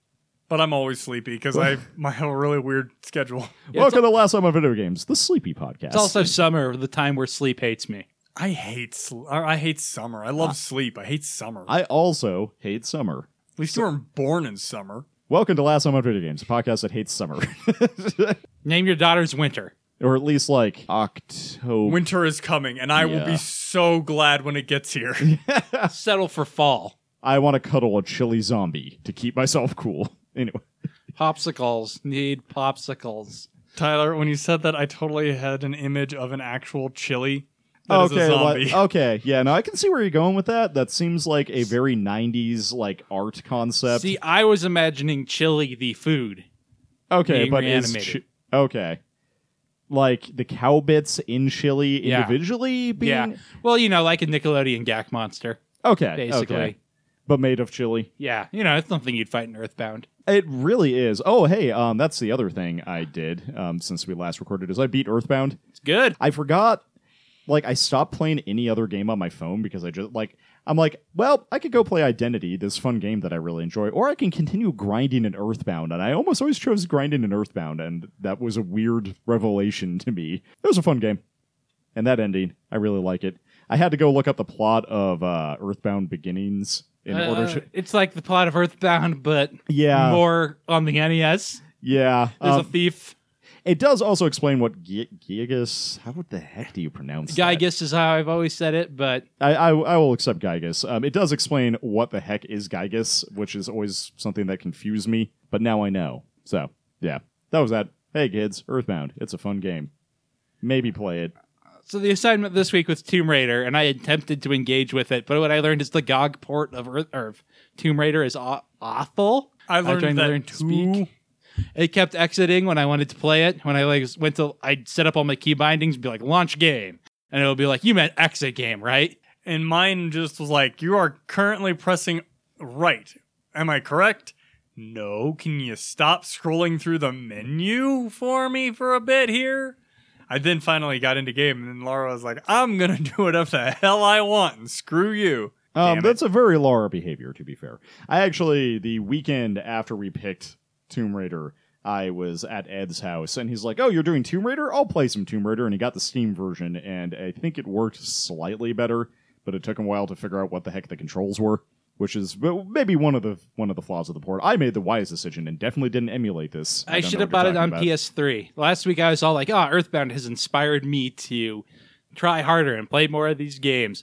Speaker 3: but I'm always sleepy because I my have a really weird schedule.
Speaker 2: Welcome to last time on video games, the Sleepy Podcast.
Speaker 1: It's also summer, the time where sleep hates me.
Speaker 3: I hate sl- I I hate summer. I love sleep. I hate summer.
Speaker 2: I also hate summer.
Speaker 3: At least you weren't born in summer.
Speaker 2: Welcome to last time on video games, a podcast that hates summer,
Speaker 1: Name your daughter's winter.
Speaker 2: or at least like October.
Speaker 3: Winter is coming, and I will
Speaker 2: Yeah.
Speaker 3: be so glad when it gets here.
Speaker 1: Settle for fall.
Speaker 2: I want to cuddle a chilly zombie to keep myself cool. Anyway,
Speaker 1: Popsicles need popsicles.
Speaker 3: Tyler, when you said that, I totally had an image of an actual chili. that is a
Speaker 2: what-
Speaker 3: zombie.
Speaker 1: Oh.
Speaker 2: okay, yeah. No, I can see where you're going with that. That seems like a very '90s like art concept.
Speaker 1: See, I was imagining chili the food.
Speaker 2: Okay,
Speaker 1: being
Speaker 2: but is
Speaker 1: reanimated.
Speaker 2: chi- okay, like the cow bits in Chile
Speaker 1: Yeah.
Speaker 2: individually being
Speaker 1: Yeah. Well, you know, like a Nickelodeon Gak monster,
Speaker 2: okay,
Speaker 1: basically.
Speaker 2: okay, but made of chili.
Speaker 1: Yeah. You know, it's something you'd fight in Earthbound.
Speaker 2: It really is. Oh, hey, um, that's the other thing I did um, since we last recorded is I beat Earthbound.
Speaker 1: It's good.
Speaker 2: I forgot, like, I stopped playing any other game on my phone because I just like I'm like, well, I could go play Identity, this fun game that I really enjoy, or I can continue grinding in Earthbound, and I almost always chose grinding in Earthbound, and that was a weird revelation to me. It was a fun game, and that ending, I really like it. I had to go look up the plot of uh, Earthbound Beginnings in
Speaker 1: Uh,
Speaker 2: order to,
Speaker 1: It's like the plot of Earthbound, but
Speaker 2: yeah,
Speaker 1: more on the NES.
Speaker 2: yeah.
Speaker 1: There's a
Speaker 2: um,
Speaker 1: thief.
Speaker 2: It does also explain what Gi- Gigas. How the heck do you pronounce that?
Speaker 1: Gygus is how I've always said it, but
Speaker 2: I, I, I will accept Gygas. Um, it does explain what the heck is Gygas, which is always something that confused me, but now I know. So, yeah, that was that. Hey, kids, Earthbound. It's a fun game. Maybe play it.
Speaker 1: So the assignment this week was Tomb Raider, and I attempted to engage with it, but what I learned is the GOG port of Earth, or of Tomb Raider is aw- awful.
Speaker 3: I learned
Speaker 1: tried to
Speaker 3: that
Speaker 1: learn to speak.
Speaker 3: too.
Speaker 1: It kept exiting when I wanted to play it. When I like went to, I'd set up all my key bindings, be like launch game, and it'll be like you meant exit game, right?
Speaker 3: and mine just was like, "You are currently pressing right. Am I correct? No. Can you stop scrolling through the menu for me for a bit here?" I then finally got into game, and then Laura was like, "I'm gonna do whatever the hell I want, and screw you." Damn
Speaker 2: Um,
Speaker 3: it.
Speaker 2: that's a very Laura behavior, to be fair. I actually, the weekend after we picked Tomb Raider, I was at Ed's house, and he's like, "Oh, you're doing Tomb Raider? I'll play some Tomb Raider." And he got the Steam version, and I think it worked slightly better, but it took him a while to figure out what the heck the controls were, which is well, maybe one of the one of the flaws of the port. I made the wise decision and definitely didn't emulate this.
Speaker 1: I,
Speaker 2: don't
Speaker 1: should
Speaker 2: know
Speaker 1: have
Speaker 2: what
Speaker 1: bought
Speaker 2: you're
Speaker 1: it on
Speaker 2: talking about.
Speaker 1: PS3. Last week I was all like, "Ah, Earthbound has inspired me to try harder and play more of these games,"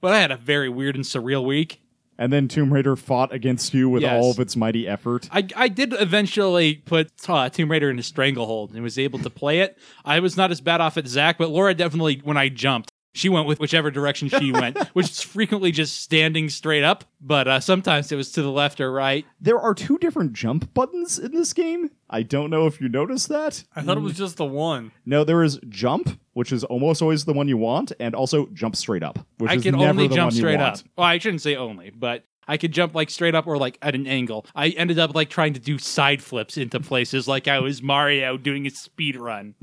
Speaker 1: but I had a very weird and surreal week.
Speaker 2: And then Tomb Raider fought against you with
Speaker 1: Yes.
Speaker 2: all of its mighty effort.
Speaker 1: I, I did eventually put uh, Tomb Raider in a stranglehold and was able to play it. I was not as bad off at Zach, but Laura definitely, when I jumped, she went with whichever direction she went, which is frequently just standing straight up, but uh, sometimes it was to the left or right.
Speaker 2: There are two different jump buttons in this game. I don't know if you noticed that.
Speaker 3: I thought it
Speaker 1: Mm.
Speaker 3: was just the one.
Speaker 2: No, there is jump, which is almost always the one you want, and also jump straight up, which
Speaker 1: I
Speaker 2: is
Speaker 1: could
Speaker 2: never
Speaker 1: only
Speaker 2: the
Speaker 1: jump
Speaker 2: one you
Speaker 1: straight up.
Speaker 2: want.
Speaker 1: Well, I shouldn't say only, but I could jump like straight up or like at an angle. I ended up like trying to do side flips into places like I was Mario doing a speed run.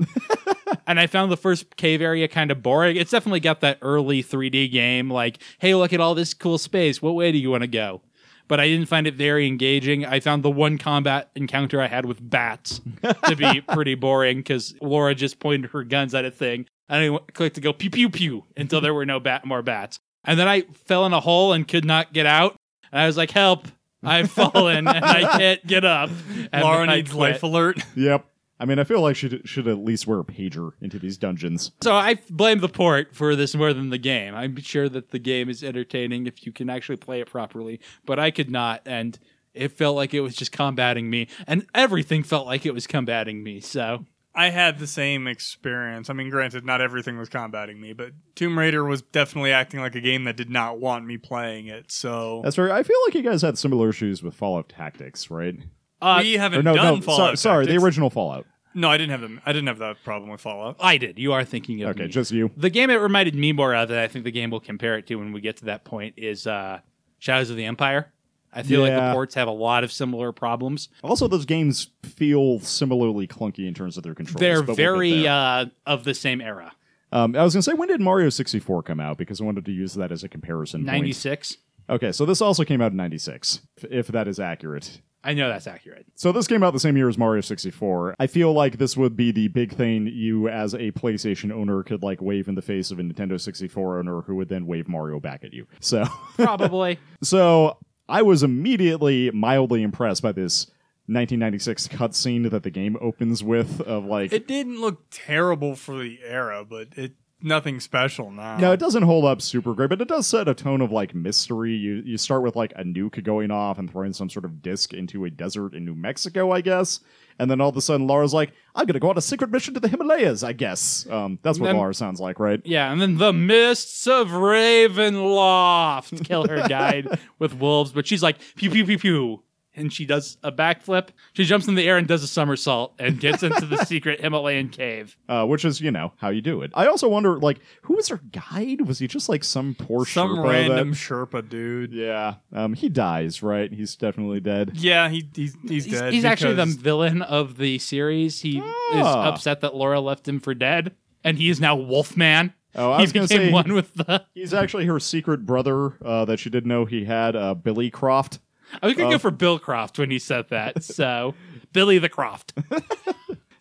Speaker 1: and I found the first cave area kind of boring. It's definitely got that early 3D game like, hey, look at all this cool space. What way do you want to go? But I didn't find it very engaging. I found the one combat encounter I had with bats to be pretty boring because Laura just pointed her guns at a thing and I went- clicked to go pew pew pew until there were no bat more bats. And then I fell in a hole and could not get out. And I was like, help. I've fallen and I can't get up. And
Speaker 3: Laura
Speaker 1: then I
Speaker 3: needs
Speaker 1: quit.
Speaker 3: life alert.
Speaker 2: Yep. I mean, I feel like she d- should at least wear a pager into these dungeons.
Speaker 1: So I blame the port for this more than the game. I'm sure that the game is entertaining if you can actually play it properly, but I could not, and it felt like it was just combating me, and everything felt like it was combating me. So
Speaker 3: I had the same experience. I mean, granted, not everything was combating me, but Tomb Raider was definitely acting like a game that did not want me playing it. So
Speaker 2: That's right. I feel like you guys had similar issues with Fallout Tactics, right?
Speaker 1: Uh,
Speaker 3: we haven't
Speaker 2: Or no,
Speaker 3: done
Speaker 2: no.
Speaker 3: Fallout.
Speaker 2: sorry, sorry, the
Speaker 3: Tactics.
Speaker 2: original Fallout.
Speaker 3: No, I didn't have them. I didn't have that problem with Fallout.
Speaker 1: I did. You are thinking of
Speaker 2: Okay,
Speaker 1: me.
Speaker 2: just you.
Speaker 1: the game it reminded me more of that I think the game will compare it to when we get to that point is uh, Shadows of the Empire. I feel like
Speaker 2: Yeah.
Speaker 1: the ports have a lot of similar problems.
Speaker 2: Also, those games feel similarly clunky in terms of their controls.
Speaker 1: They're
Speaker 2: but we'll get
Speaker 1: very
Speaker 2: there.
Speaker 1: uh, of the same era.
Speaker 2: um, I was gonna say, when did Mario sixty four come out? Because I wanted to use that as a comparison. point.
Speaker 1: Ninety six.
Speaker 2: Okay, so this also came out in ninety six, if that is accurate.
Speaker 1: I know that's accurate.
Speaker 2: So this came out the same year as Mario 64. I feel like this would be the big thing you as a PlayStation owner could like wave in the face of a Nintendo 64 owner who would then wave Mario back at you. So
Speaker 1: Probably.
Speaker 2: so I was immediately mildly impressed by this 1996 cutscene that the game opens with of like
Speaker 3: It didn't look terrible for the era, but it nothing special now.
Speaker 2: No, it doesn't hold up super great, but it does set a tone of like mystery. You you start with like a nuke going off and throwing some sort of disc into a desert in New Mexico, I guess. And then all of a sudden, Lara's like, "I'm gonna go on a secret mission to the Himalayas," I guess. Um, that's what
Speaker 1: Then-
Speaker 2: Lara sounds like, right?
Speaker 1: yeah, and then the mists of Ravenloft kill her guide with wolves, but she's like pew pew pew pew. And she does a backflip. She jumps in the air and does a somersault and gets into the secret Himalayan cave.
Speaker 2: Uh, which is, you know, how you do it. I also wonder, like, who was her guide? Was he just like some poor
Speaker 3: some
Speaker 2: Sherpa
Speaker 3: random
Speaker 2: That,
Speaker 3: Sherpa dude.
Speaker 2: yeah, um, he dies, right? He's definitely dead.
Speaker 3: Yeah, he, he's he's
Speaker 1: He's,
Speaker 3: dead.
Speaker 1: he's actually the
Speaker 3: because-
Speaker 1: villain of the series. He is
Speaker 2: Ah.
Speaker 1: upset that Laura left him for dead, and he is now Wolfman.
Speaker 2: Oh, I
Speaker 1: he
Speaker 2: was gonna
Speaker 1: became
Speaker 2: say-
Speaker 1: one with the.
Speaker 2: He's actually her secret brother uh, that she didn't know he had, uh, Billy Croft.
Speaker 1: I was gonna
Speaker 2: Oh.
Speaker 1: go for Bill Croft when he said that. So Billy the Croft.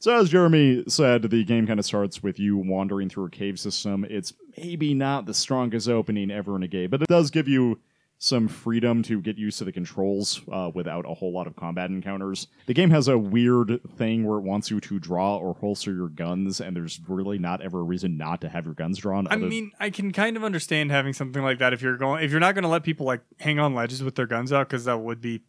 Speaker 2: So as Jeremy said, the game kind of starts with you wandering through a cave system. It's maybe not the strongest opening ever in a game, but it does give you some freedom to get used to the controls uh, without a whole lot of combat encounters. The game has a weird thing where it wants you to draw or holster your guns, and there's really not ever a reason not to have your guns drawn.
Speaker 3: I
Speaker 2: other-
Speaker 3: mean, I can kind of understand having something like that if you're going if you're not going to let people like hang on ledges with their guns out because that would be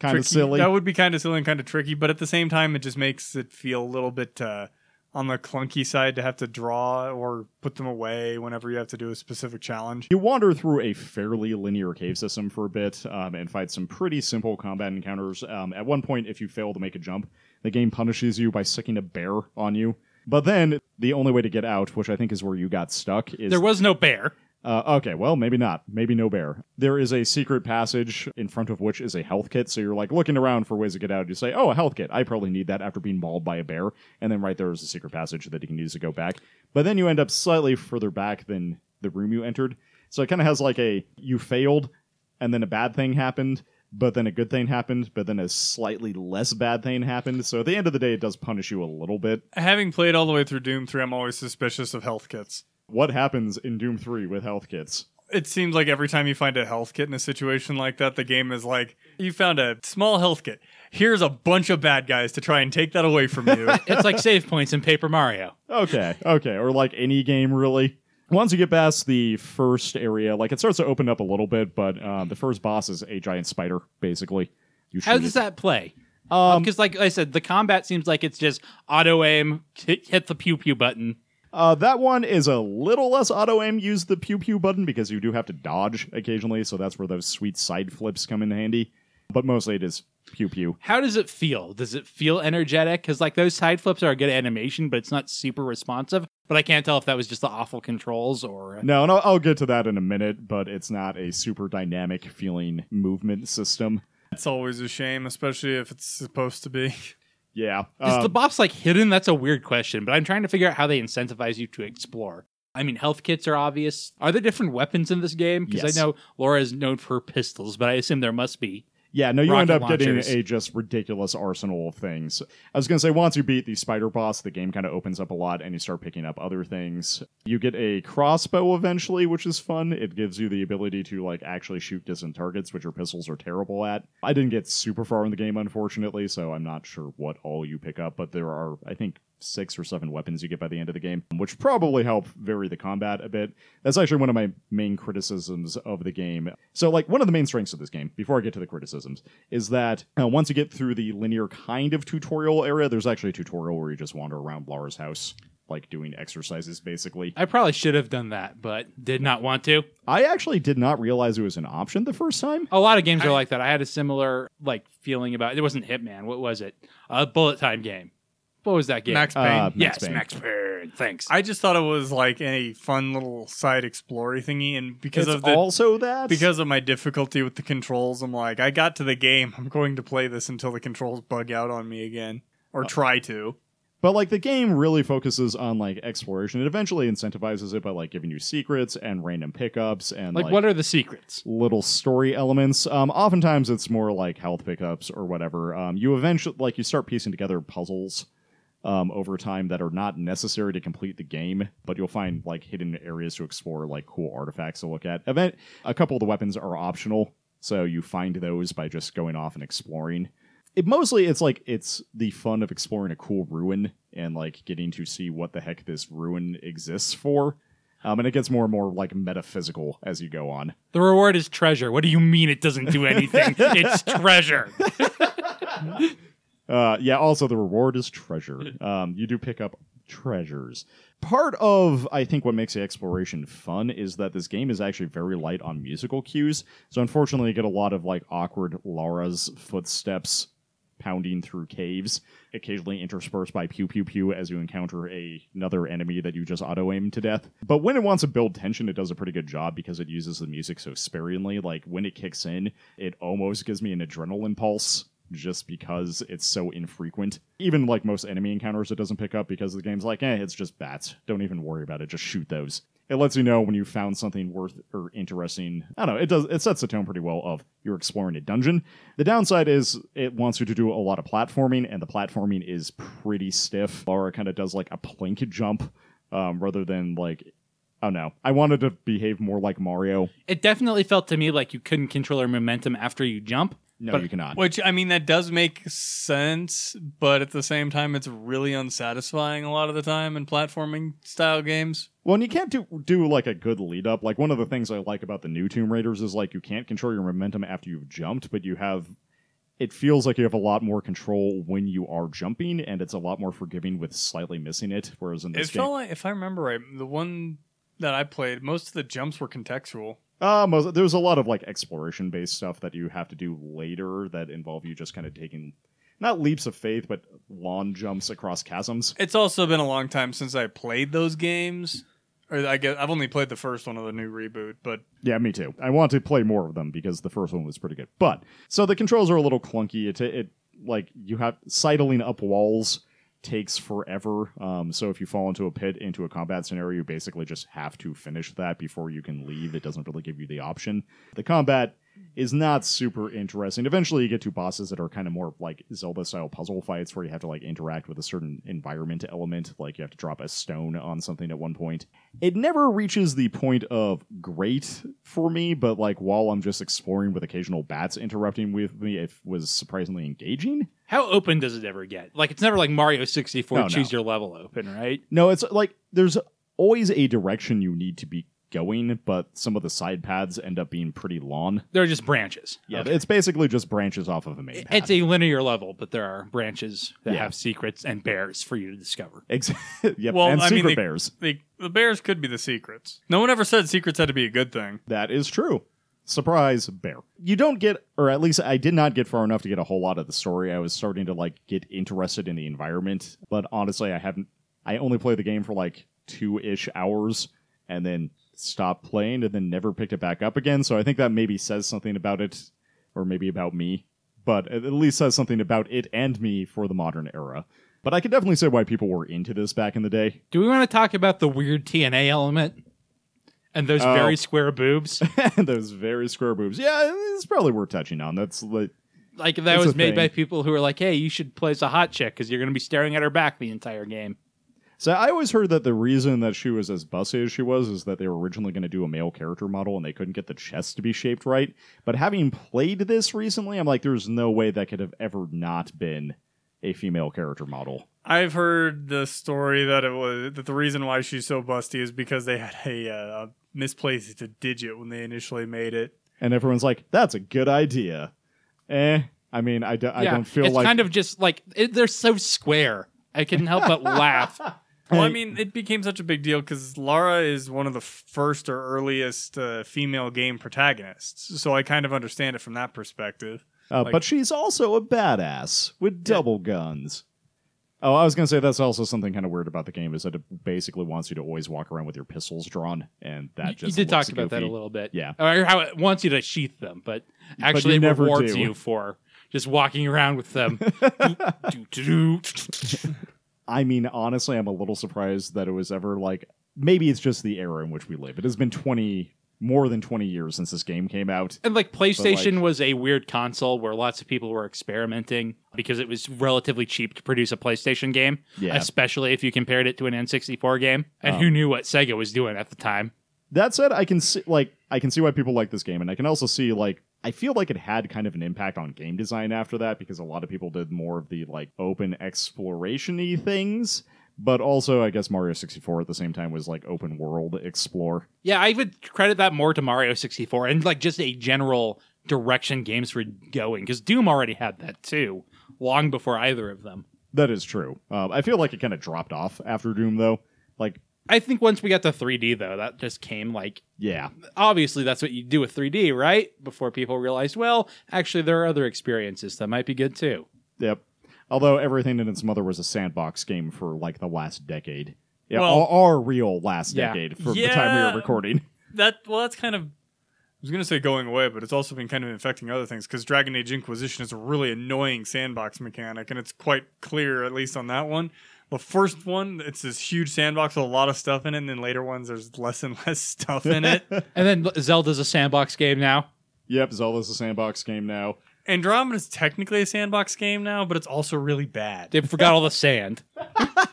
Speaker 2: kind of
Speaker 3: tricky.
Speaker 2: silly.
Speaker 3: That would be kind of silly and kind of tricky, but at the same time, it just makes it feel a little bit uh, on the clunky side to have to draw or put them away whenever you have to do a specific challenge.
Speaker 2: You wander through a fairly linear cave system for a bit um, and fight some pretty simple combat encounters. Um, at one point, if you fail to make a jump, the game punishes you by sticking a bear on you. But then the only way to get out, which I think is where you got stuck, is
Speaker 1: There was no bear.
Speaker 2: uh, okay, well, maybe not. Maybe no bear. There is a secret passage in front of which is a health kit. So you're like looking around for ways to get out. You say, oh, a health kit. I probably need that after being mauled by a bear. And then right there is a secret passage that you can use to go back. But then you end up slightly further back than the room you entered. So it kind of has like a you failed, and then a bad thing happened, but then a good thing happened, but then a slightly less bad thing happened. So at the end of the day, it does punish you a little bit.
Speaker 3: Having played all the way through Doom 3, I'm always suspicious of health kits.
Speaker 2: What happens in Doom 3 with health kits?
Speaker 3: It seems like every time you find a health kit in a situation like that, the game is like, you found a small health kit. Here's a bunch of bad guys to try and take that away from you.
Speaker 1: It's like save points in Paper Mario.
Speaker 2: Okay, okay, or like any game really. Once you get past the first area, like it starts to open up a little bit, but um, the first boss is a giant spider, basically. You
Speaker 1: How
Speaker 2: shoot
Speaker 1: does
Speaker 2: it. Um,
Speaker 1: that play? Because, like I said, the combat seems like it's just auto aim, hit, hit the pew pew button.
Speaker 2: Uh, that one is a little less auto aim. Use the pew pew button because you do have to dodge occasionally, so that's where those sweet side flips come in handy. But mostly it is pew pew.
Speaker 1: How does it feel? Does it feel energetic? Because like those side flips are a good animation, but it's not super responsive. But I can't tell if that was just the awful controls or
Speaker 2: No, and I'll, I'll get to that in a minute, but it's not a super dynamic feeling movement system.
Speaker 3: It's always a shame, especially if it's supposed to be.
Speaker 2: Yeah.
Speaker 1: Is
Speaker 2: um,
Speaker 1: the boss like hidden? That's a weird question, but I'm trying to figure out how they incentivize you to explore. I mean, health kits are obvious. Are there different weapons in this game? Because
Speaker 2: Yes.
Speaker 1: I know Laura is known for pistols, but I assume there must be.
Speaker 2: Yeah, no, you
Speaker 1: rocket
Speaker 2: end up
Speaker 1: launchers.
Speaker 2: getting a just ridiculous arsenal of things. I was going to say, once you beat the spider boss, the game kind of opens up a lot and you start picking up other things. You get a crossbow eventually, which is fun. It gives you the ability to, like, actually shoot distant targets, which your pistols are terrible at. I didn't get super far in the game, unfortunately, so I'm not sure what all you pick up, but there are, I think, six or seven weapons you get by the end of the game, which probably help vary the combat a bit. That's actually one of my main criticisms of the game. So, like, one of the main strengths of this game, before I get to the criticisms, is that uh, once you get through the linear kind of tutorial area, there's actually a tutorial where you just wander around Lara's house, like doing exercises basically.
Speaker 1: I probably should have done that, but did not want to.
Speaker 2: I actually did not realize it was an option the first time.
Speaker 1: A lot of games are like that. I had a similar like feeling about it. wasn't Hitman. What was it? A bullet time game. What was that game?
Speaker 3: Max Payne.
Speaker 2: Uh, Max
Speaker 1: yes,
Speaker 2: Payne.
Speaker 1: Max Payne. Thanks.
Speaker 3: I just thought it was like a fun little side explorer thingy, and because
Speaker 2: It's
Speaker 3: of the
Speaker 2: also that
Speaker 3: because of my difficulty with the controls, I'm like, I got to the game. I'm going to play this until the controls bug out on me again, or try to.
Speaker 2: But like the game really focuses on like exploration. It eventually incentivizes it by like giving you secrets and random pickups and
Speaker 1: like,
Speaker 2: like,
Speaker 1: what are the secrets?
Speaker 2: little story elements. Um, oftentimes it's more like health pickups or whatever. Um, you eventually like you start piecing together puzzles um, over time that are not necessary to complete the game, but you'll find like hidden areas to explore, like cool artifacts to look at. Event a couple of the weapons are optional, so you find those by just going off and exploring. It mostly it's like it's the fun of exploring a cool ruin and like getting to see what the heck this ruin exists for. Um, and it gets more and more like metaphysical as you go on.
Speaker 1: The reward is treasure. What do you mean it doesn't do anything? it's treasure.
Speaker 2: Uh, yeah. Also, the reward is treasure. Um, you do pick up treasures. Part of I think what makes the exploration fun is that this game is actually very light on musical cues. So unfortunately, you get a lot of like awkward Lara's footsteps pounding through caves, occasionally interspersed by pew pew pew as you encounter a, another enemy that you just auto aim to death. But when it wants to build tension, it does a pretty good job because it uses the music so sparingly. Like when it kicks in, it almost gives me an adrenaline pulse just because it's so infrequent. Even like most enemy encounters, it doesn't pick up because the game's like, eh, it's just bats. Don't even worry about it. Just shoot those. It lets you know when you found something worth or interesting. I don't know. It does. It sets the tone pretty well of you're exploring a dungeon. The downside is it wants you to do a lot of platforming, and the platforming is pretty stiff. Lara kind of does like a plink jump, um, rather than like, oh no. I wanted to behave more like Mario.
Speaker 1: It definitely felt to me like you couldn't control your momentum after you jump.
Speaker 2: No,
Speaker 1: But-
Speaker 2: you cannot.
Speaker 3: Which I mean, that does make sense, but at the same time, it's really unsatisfying a lot of the time in platforming style games.
Speaker 2: Well, and you can't do do like a good lead up. Like one of the things I like about the new Tomb Raiders is like you can't control your momentum after you've jumped, but you have it feels like you have a lot more control when you are jumping, and it's a lot more forgiving with slightly missing it. Whereas in
Speaker 3: It
Speaker 2: this game,
Speaker 3: felt like, if I remember right, the one that I played, most of the jumps were contextual.
Speaker 2: uh, most, there's a lot of like exploration based stuff that you have to do later that involve you just kind of taking not leaps of faith, but lawn jumps across chasms.
Speaker 3: It's also been a long time since I played those games. Or I guess I've only played the first one of the new reboot, but
Speaker 2: Yeah, me too. I want to play more of them because the first one was pretty good. But so the controls are a little clunky. It, it like you have sidling up walls takes forever. Um, so if you fall into a pit into a combat scenario, you basically just have to finish that before you can leave. It doesn't really give you the option. The combat is not super interesting. Eventually, you get to bosses that are kind of more like Zelda style puzzle fights where you have to like interact with a certain environment element, like you have to drop a stone on something at one point. It never reaches the point of great for me, but like while I'm just exploring with occasional bats interrupting with me, it was surprisingly engaging.
Speaker 1: How open does it ever get? Like it's never like Mario 64
Speaker 2: No,
Speaker 1: choose
Speaker 2: no.
Speaker 1: your level open, right?
Speaker 2: No, it's like there's always a direction you need to be going, but some of the side paths end up being pretty long.
Speaker 1: They're just branches.
Speaker 2: Yeah, it's basically just branches off of a main path.
Speaker 1: It's a linear level, but there are branches that
Speaker 2: Yeah.
Speaker 1: have secrets and bears for you to discover.
Speaker 2: Ex- yep,
Speaker 3: Well,
Speaker 2: and
Speaker 3: I mean,
Speaker 2: secret
Speaker 3: they-
Speaker 2: bears.
Speaker 3: the the bears could be the secrets. No one ever said secrets had to be a good thing.
Speaker 2: That is true. Surprise bear. You don't get, or at least I did not get far enough to get a whole lot of the story. I was starting to like get interested in the environment, but honestly, I haven't. I only played the game for like two ish hours, and then stopped playing, and then never picked it back up again. So I think that maybe says something about it, or maybe about me, but it at least says something about it and me for the modern era. But I can definitely say why people were into this back in the day.
Speaker 1: Do we want to talk about the weird TNA element and those
Speaker 2: Oh.
Speaker 1: very square boobs?
Speaker 2: Those very square boobs. Yeah, it's probably worth touching on. That's like
Speaker 1: Like that
Speaker 2: It's
Speaker 1: was
Speaker 2: a
Speaker 1: made
Speaker 2: thing.
Speaker 1: by people who were like, "Hey, you should play as a hot chick because you're going to be staring at her back the entire game."
Speaker 2: So I always heard that the reason that she was as bussy as she was is that they were originally going to do a male character model and they couldn't get the chest to be shaped right. But having played this recently, I'm like, there's no way that could have ever not been a female character model.
Speaker 3: I've heard the story that it was that the reason why she's so busty is because they had a uh, misplaced a digit when they initially made it.
Speaker 2: And everyone's like, that's a good idea. Eh. I mean, I, do, I don't feel
Speaker 1: it's
Speaker 2: like.
Speaker 1: kind of just like it, they're so square. I couldn't help but laugh.
Speaker 3: Well, I
Speaker 2: Hey.
Speaker 3: mean, it became such a big deal because Lara is one of the first or earliest uh, female game protagonists, so I kind of understand it from that perspective.
Speaker 2: uh,
Speaker 3: like-
Speaker 2: but she's also a badass with double guns. Oh, I was going to say that's also something kind of weird about the game is that it basically wants you to always walk around with your pistols drawn. And that
Speaker 1: you, you
Speaker 2: just.
Speaker 1: did
Speaker 2: looks
Speaker 1: talk about that a
Speaker 2: goofy.
Speaker 1: little bit,
Speaker 2: Yeah.
Speaker 1: Or how it wants you to sheath them, but actually
Speaker 2: you
Speaker 1: it
Speaker 2: never
Speaker 1: rewards
Speaker 2: do.
Speaker 1: you for just walking around with them. Do, do, do.
Speaker 2: I mean, honestly, I'm a little surprised that it was ever like. Maybe it's just the era in which we live. It has been 20, more than 20 years since this game came out.
Speaker 1: And like PlayStation was a weird console where lots of people were experimenting because it was relatively cheap to produce a PlayStation game,
Speaker 2: Yeah.
Speaker 1: especially if you compared it to an N64 game. And who knew what Sega was doing at the time?
Speaker 2: That said, I can see like I can see why people like this game, and I can also see like I feel like it had kind of an impact on game design after that because a lot of people did more of the like open exploration-y things. But also, I guess Mario 64 at the same time was like open world explore.
Speaker 1: Yeah, I would credit that more to Mario 64 and like just a general direction games were going because Doom already had that too, long before either of them.
Speaker 2: That is true. Um, I feel like it kind of dropped off after Doom, though. Like,
Speaker 1: I think once we got to 3D though, that just came like
Speaker 2: yeah,
Speaker 1: obviously that's what you do with 3D, right? Before people realized, well, actually there are other experiences that might be good too.
Speaker 2: yep. Although everything in its mother was a sandbox game for like the last decade. Yeah,
Speaker 3: Well-
Speaker 2: our, our real last
Speaker 1: Yeah.
Speaker 2: decade for the time we
Speaker 3: Yeah.
Speaker 2: were recording.
Speaker 3: That well, that's kind of I was gonna say going away, but it's also been kind of infecting other things because Dragon Age Inquisition is a really annoying sandbox mechanic, and it's quite clear, at least on that one. The first one, it's this huge sandbox with a lot of stuff in it, and then later ones, there's less and less stuff in it.
Speaker 1: And then Zelda's a sandbox game now.
Speaker 2: Yep, Zelda's a sandbox game now.
Speaker 3: Andromeda's technically a sandbox game now, but it's also really bad.
Speaker 1: They forgot all the sand.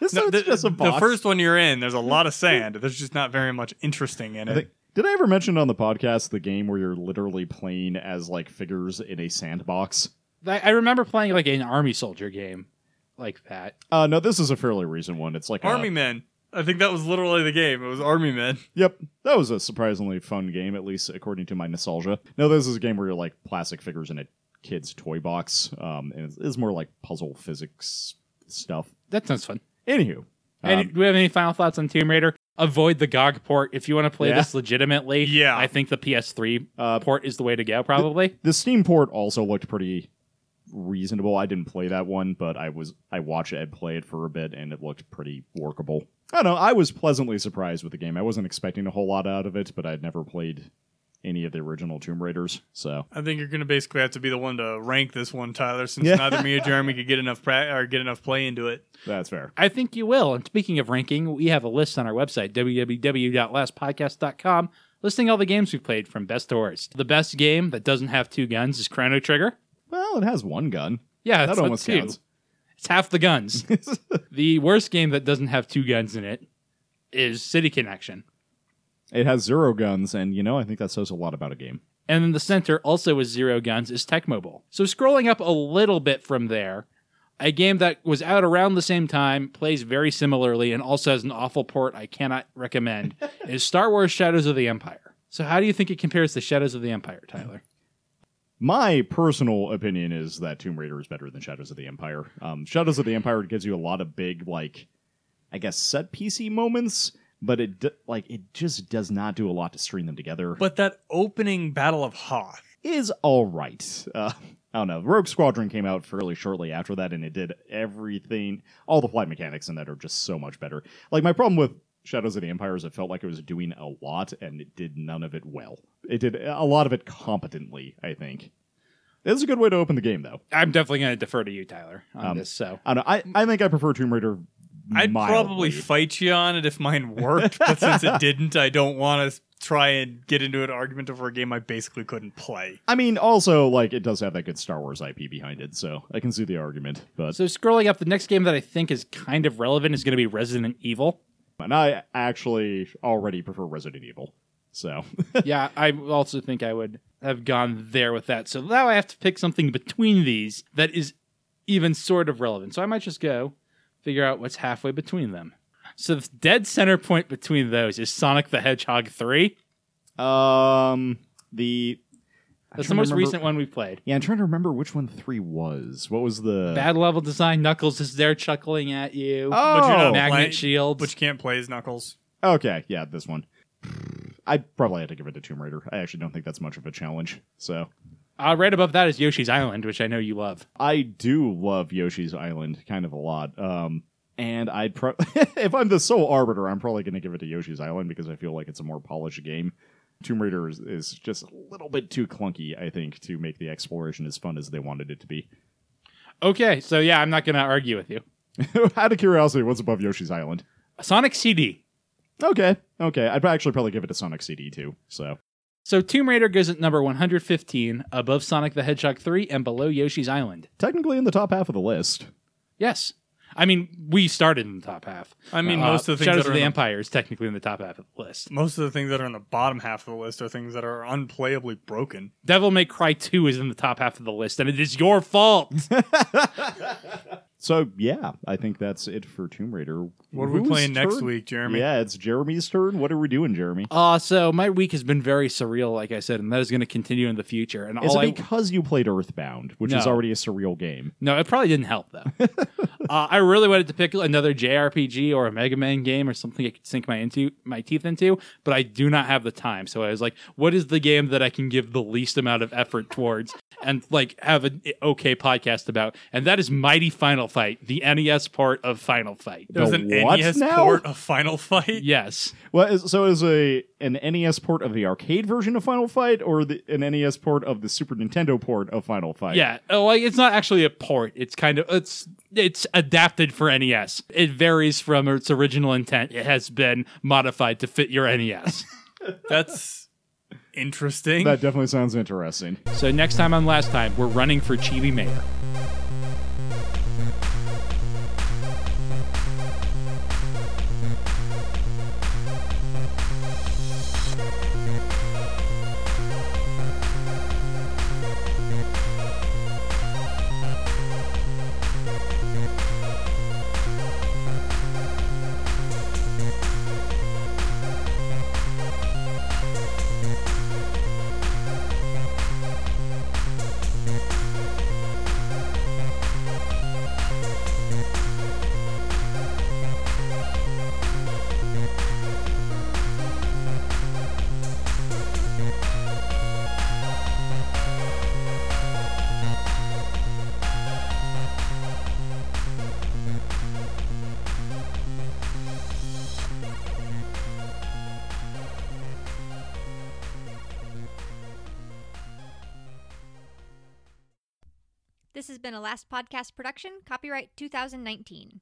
Speaker 2: so
Speaker 3: the,
Speaker 2: it's just a box.
Speaker 3: the first one you're in, there's a lot of sand. There's just not very much interesting in
Speaker 2: I
Speaker 3: it.
Speaker 2: think- did I ever mention on the podcast the game where you're literally playing as like figures in a sandbox?
Speaker 1: I I remember playing like an army soldier game like that.
Speaker 2: Uh, no, this is a fairly recent one. It's like a-
Speaker 3: Army Men. I think that was literally the game. It was Army Men.
Speaker 2: Yep, that was a surprisingly fun game, at least according to my nostalgia. No, this is a game where you're like plastic figures in a kid's toy box, um, and it's, it's more like puzzle physics stuff.
Speaker 1: That sounds fun.
Speaker 2: Anywho,
Speaker 1: And
Speaker 2: um,
Speaker 1: do we have any final thoughts on Tomb Raider? Avoid the GOG port if you want to play
Speaker 2: Yeah.
Speaker 1: this legitimately.
Speaker 3: Yeah.
Speaker 1: I think the PS3
Speaker 2: Uh,
Speaker 1: port is the way to go. Probably.
Speaker 2: the Steam port also looked pretty reasonable. I didn't play that one, but I was I watched Ed play it for a bit, and it looked pretty workable. I don't know. I was pleasantly surprised with the game. I wasn't expecting a whole lot out of it, but I'd never played any of the original Tomb Raiders, so
Speaker 3: I think you're going to basically have to be the one to rank this one, Tyler, since
Speaker 2: Yeah.
Speaker 3: neither me or Jeremy could get enough pra- or get enough play into it.
Speaker 2: that's fair.
Speaker 1: I think you will. And speaking of ranking, we have a list on our website, www.lastpodcast.com, listing all the games we've played from best to worst. The best game that doesn't have two guns is Chrono Trigger.
Speaker 2: Well, it has one gun.
Speaker 1: Yeah,
Speaker 2: That
Speaker 1: it's
Speaker 2: almost
Speaker 1: two.
Speaker 2: counts.
Speaker 1: It's half the guns. the worst game that doesn't have two guns in it is City Connection.
Speaker 2: It has zero guns, and you know I think that says a lot about a game.
Speaker 1: And then the center, also with zero guns, is Tech Mobile. So scrolling up a little bit from there, a game that was out around the same time, plays very similarly, and also has an awful port I cannot recommend, is Star Wars Shadows of the Empire. So how do you think it compares to Shadows of the Empire, Tyler?
Speaker 2: My personal opinion is that Tomb Raider is better than Shadows of the Empire. Um, Shadows of the Empire gives you a lot of big, like, I guess set piecey moments, but it d- like it just does not do a lot to string them together.
Speaker 3: But that opening Battle of Hoth.
Speaker 2: is all right. Uh, I don't know. Rogue Squadron came out fairly shortly after that, and it did everything. All the flight mechanics in that are just so much better. Like my problem with Shadows of the Empire is it felt like it was doing a lot, and it did none of it well. It did a lot of it competently, I think. It's a good way to open the game, though.
Speaker 1: I'm definitely going to defer to you, Tyler, on
Speaker 2: Um,
Speaker 1: this. So
Speaker 2: I don't know. I, I think I prefer Tomb Raider.
Speaker 3: I'd probably
Speaker 2: mildly.
Speaker 3: fight you on it if mine worked, but since it didn't, I don't want to try and get into an argument over a game I basically couldn't play.
Speaker 2: I mean, also like it does have that good Star Wars IP behind it, so I can see the argument. But
Speaker 1: so scrolling up, the next game that I think is kind of relevant is going to be Resident Evil.
Speaker 2: and I actually already prefer Resident Evil, so.
Speaker 1: yeah, I also think I would have gone there with that. So now I have to pick something between these that is even sort of relevant. So I might just go figure out what's halfway between them. So the dead center point between those is Sonic the Hedgehog 3.
Speaker 2: Um, the I'm
Speaker 1: That's the
Speaker 2: trying to
Speaker 1: most
Speaker 2: remember-
Speaker 1: recent one we played.
Speaker 2: Yeah, I'm trying to remember which one three was. What was the
Speaker 1: Bad level design. Knuckles is there chuckling at you.
Speaker 2: Uh. Oh,
Speaker 3: you know-
Speaker 1: Magnet
Speaker 3: Like-
Speaker 1: shields.
Speaker 3: But you can't play as Knuckles.
Speaker 2: okay, yeah, this one. I probably had to give it to Tomb Raider. I actually don't think that's much of a challenge. So
Speaker 1: Uh, right above that is Yoshi's Island, which I know you love.
Speaker 2: I do love Yoshi's Island kind of a lot. Um, and I'd pro- if I'm the sole arbiter, I'm probably going to give it to Yoshi's Island because I feel like it's a more polished game. Tomb Raider is, is just a little bit too clunky, I think, to make the exploration as fun as they wanted it to be.
Speaker 1: Okay, so yeah, I'm not going to argue with you.
Speaker 2: Out of curiosity, what's above Yoshi's Island?
Speaker 1: Sonic CD.
Speaker 2: Okay, okay. I'd actually probably give it to Sonic CD too. So
Speaker 1: So Tomb Raider goes at number 115, above Sonic the Hedgehog 3 and below Yoshi's Island.
Speaker 2: technically in the top half of the list.
Speaker 1: Yes. I mean, we started in the top half.
Speaker 3: I mean,
Speaker 1: Uh,
Speaker 3: most of the things
Speaker 1: Shadows
Speaker 3: that
Speaker 1: of
Speaker 3: are
Speaker 1: the
Speaker 3: in the,
Speaker 1: Empire is technically in the top half of the list.
Speaker 3: most of the things that are in the bottom half of the list are things that are unplayably broken.
Speaker 1: Devil May Cry 2 is in the top half of the list, and it is your fault.
Speaker 2: So yeah, I think that's it for Tomb Raider.
Speaker 3: What are we
Speaker 2: Whose
Speaker 3: playing next
Speaker 2: turn?
Speaker 3: week, Jeremy?
Speaker 2: Yeah, it's Jeremy's turn. What are we doing, Jeremy?
Speaker 1: uh, so my week has been very surreal, like I said, and that is going to continue in the future. And
Speaker 2: Is
Speaker 1: all
Speaker 2: it
Speaker 1: I,
Speaker 2: because you played Earthbound, which is
Speaker 1: No.
Speaker 2: already a surreal game?
Speaker 1: No, it probably didn't help though. uh, I really wanted to pick another JRPG or a Mega Man game or something I could sink my into my teeth into, but I do not have the time. So I was like, what is the game that I can give the least amount of effort towards and like have an okay podcast about? And that is Mighty Final Fight, the NES port of Final Fight.
Speaker 3: There was
Speaker 2: The
Speaker 3: an E
Speaker 2: what
Speaker 3: NES
Speaker 2: now?
Speaker 3: port of Final Fight.
Speaker 1: Yes.
Speaker 2: Well, is, so is a an NES port of the arcade version of Final Fight, or the, an NES port of the Super Nintendo port of Final Fight?
Speaker 1: Yeah, uh, like it's not actually a port. It's kind of it's it's adapted for NES. It varies from its original intent. It has been modified to fit your E NES.
Speaker 3: That's interesting.
Speaker 2: that definitely sounds interesting.
Speaker 1: So next time on Last Time, we're running for Chibi Mayor.
Speaker 4: This has been a Last Podcast production, copyright 2019.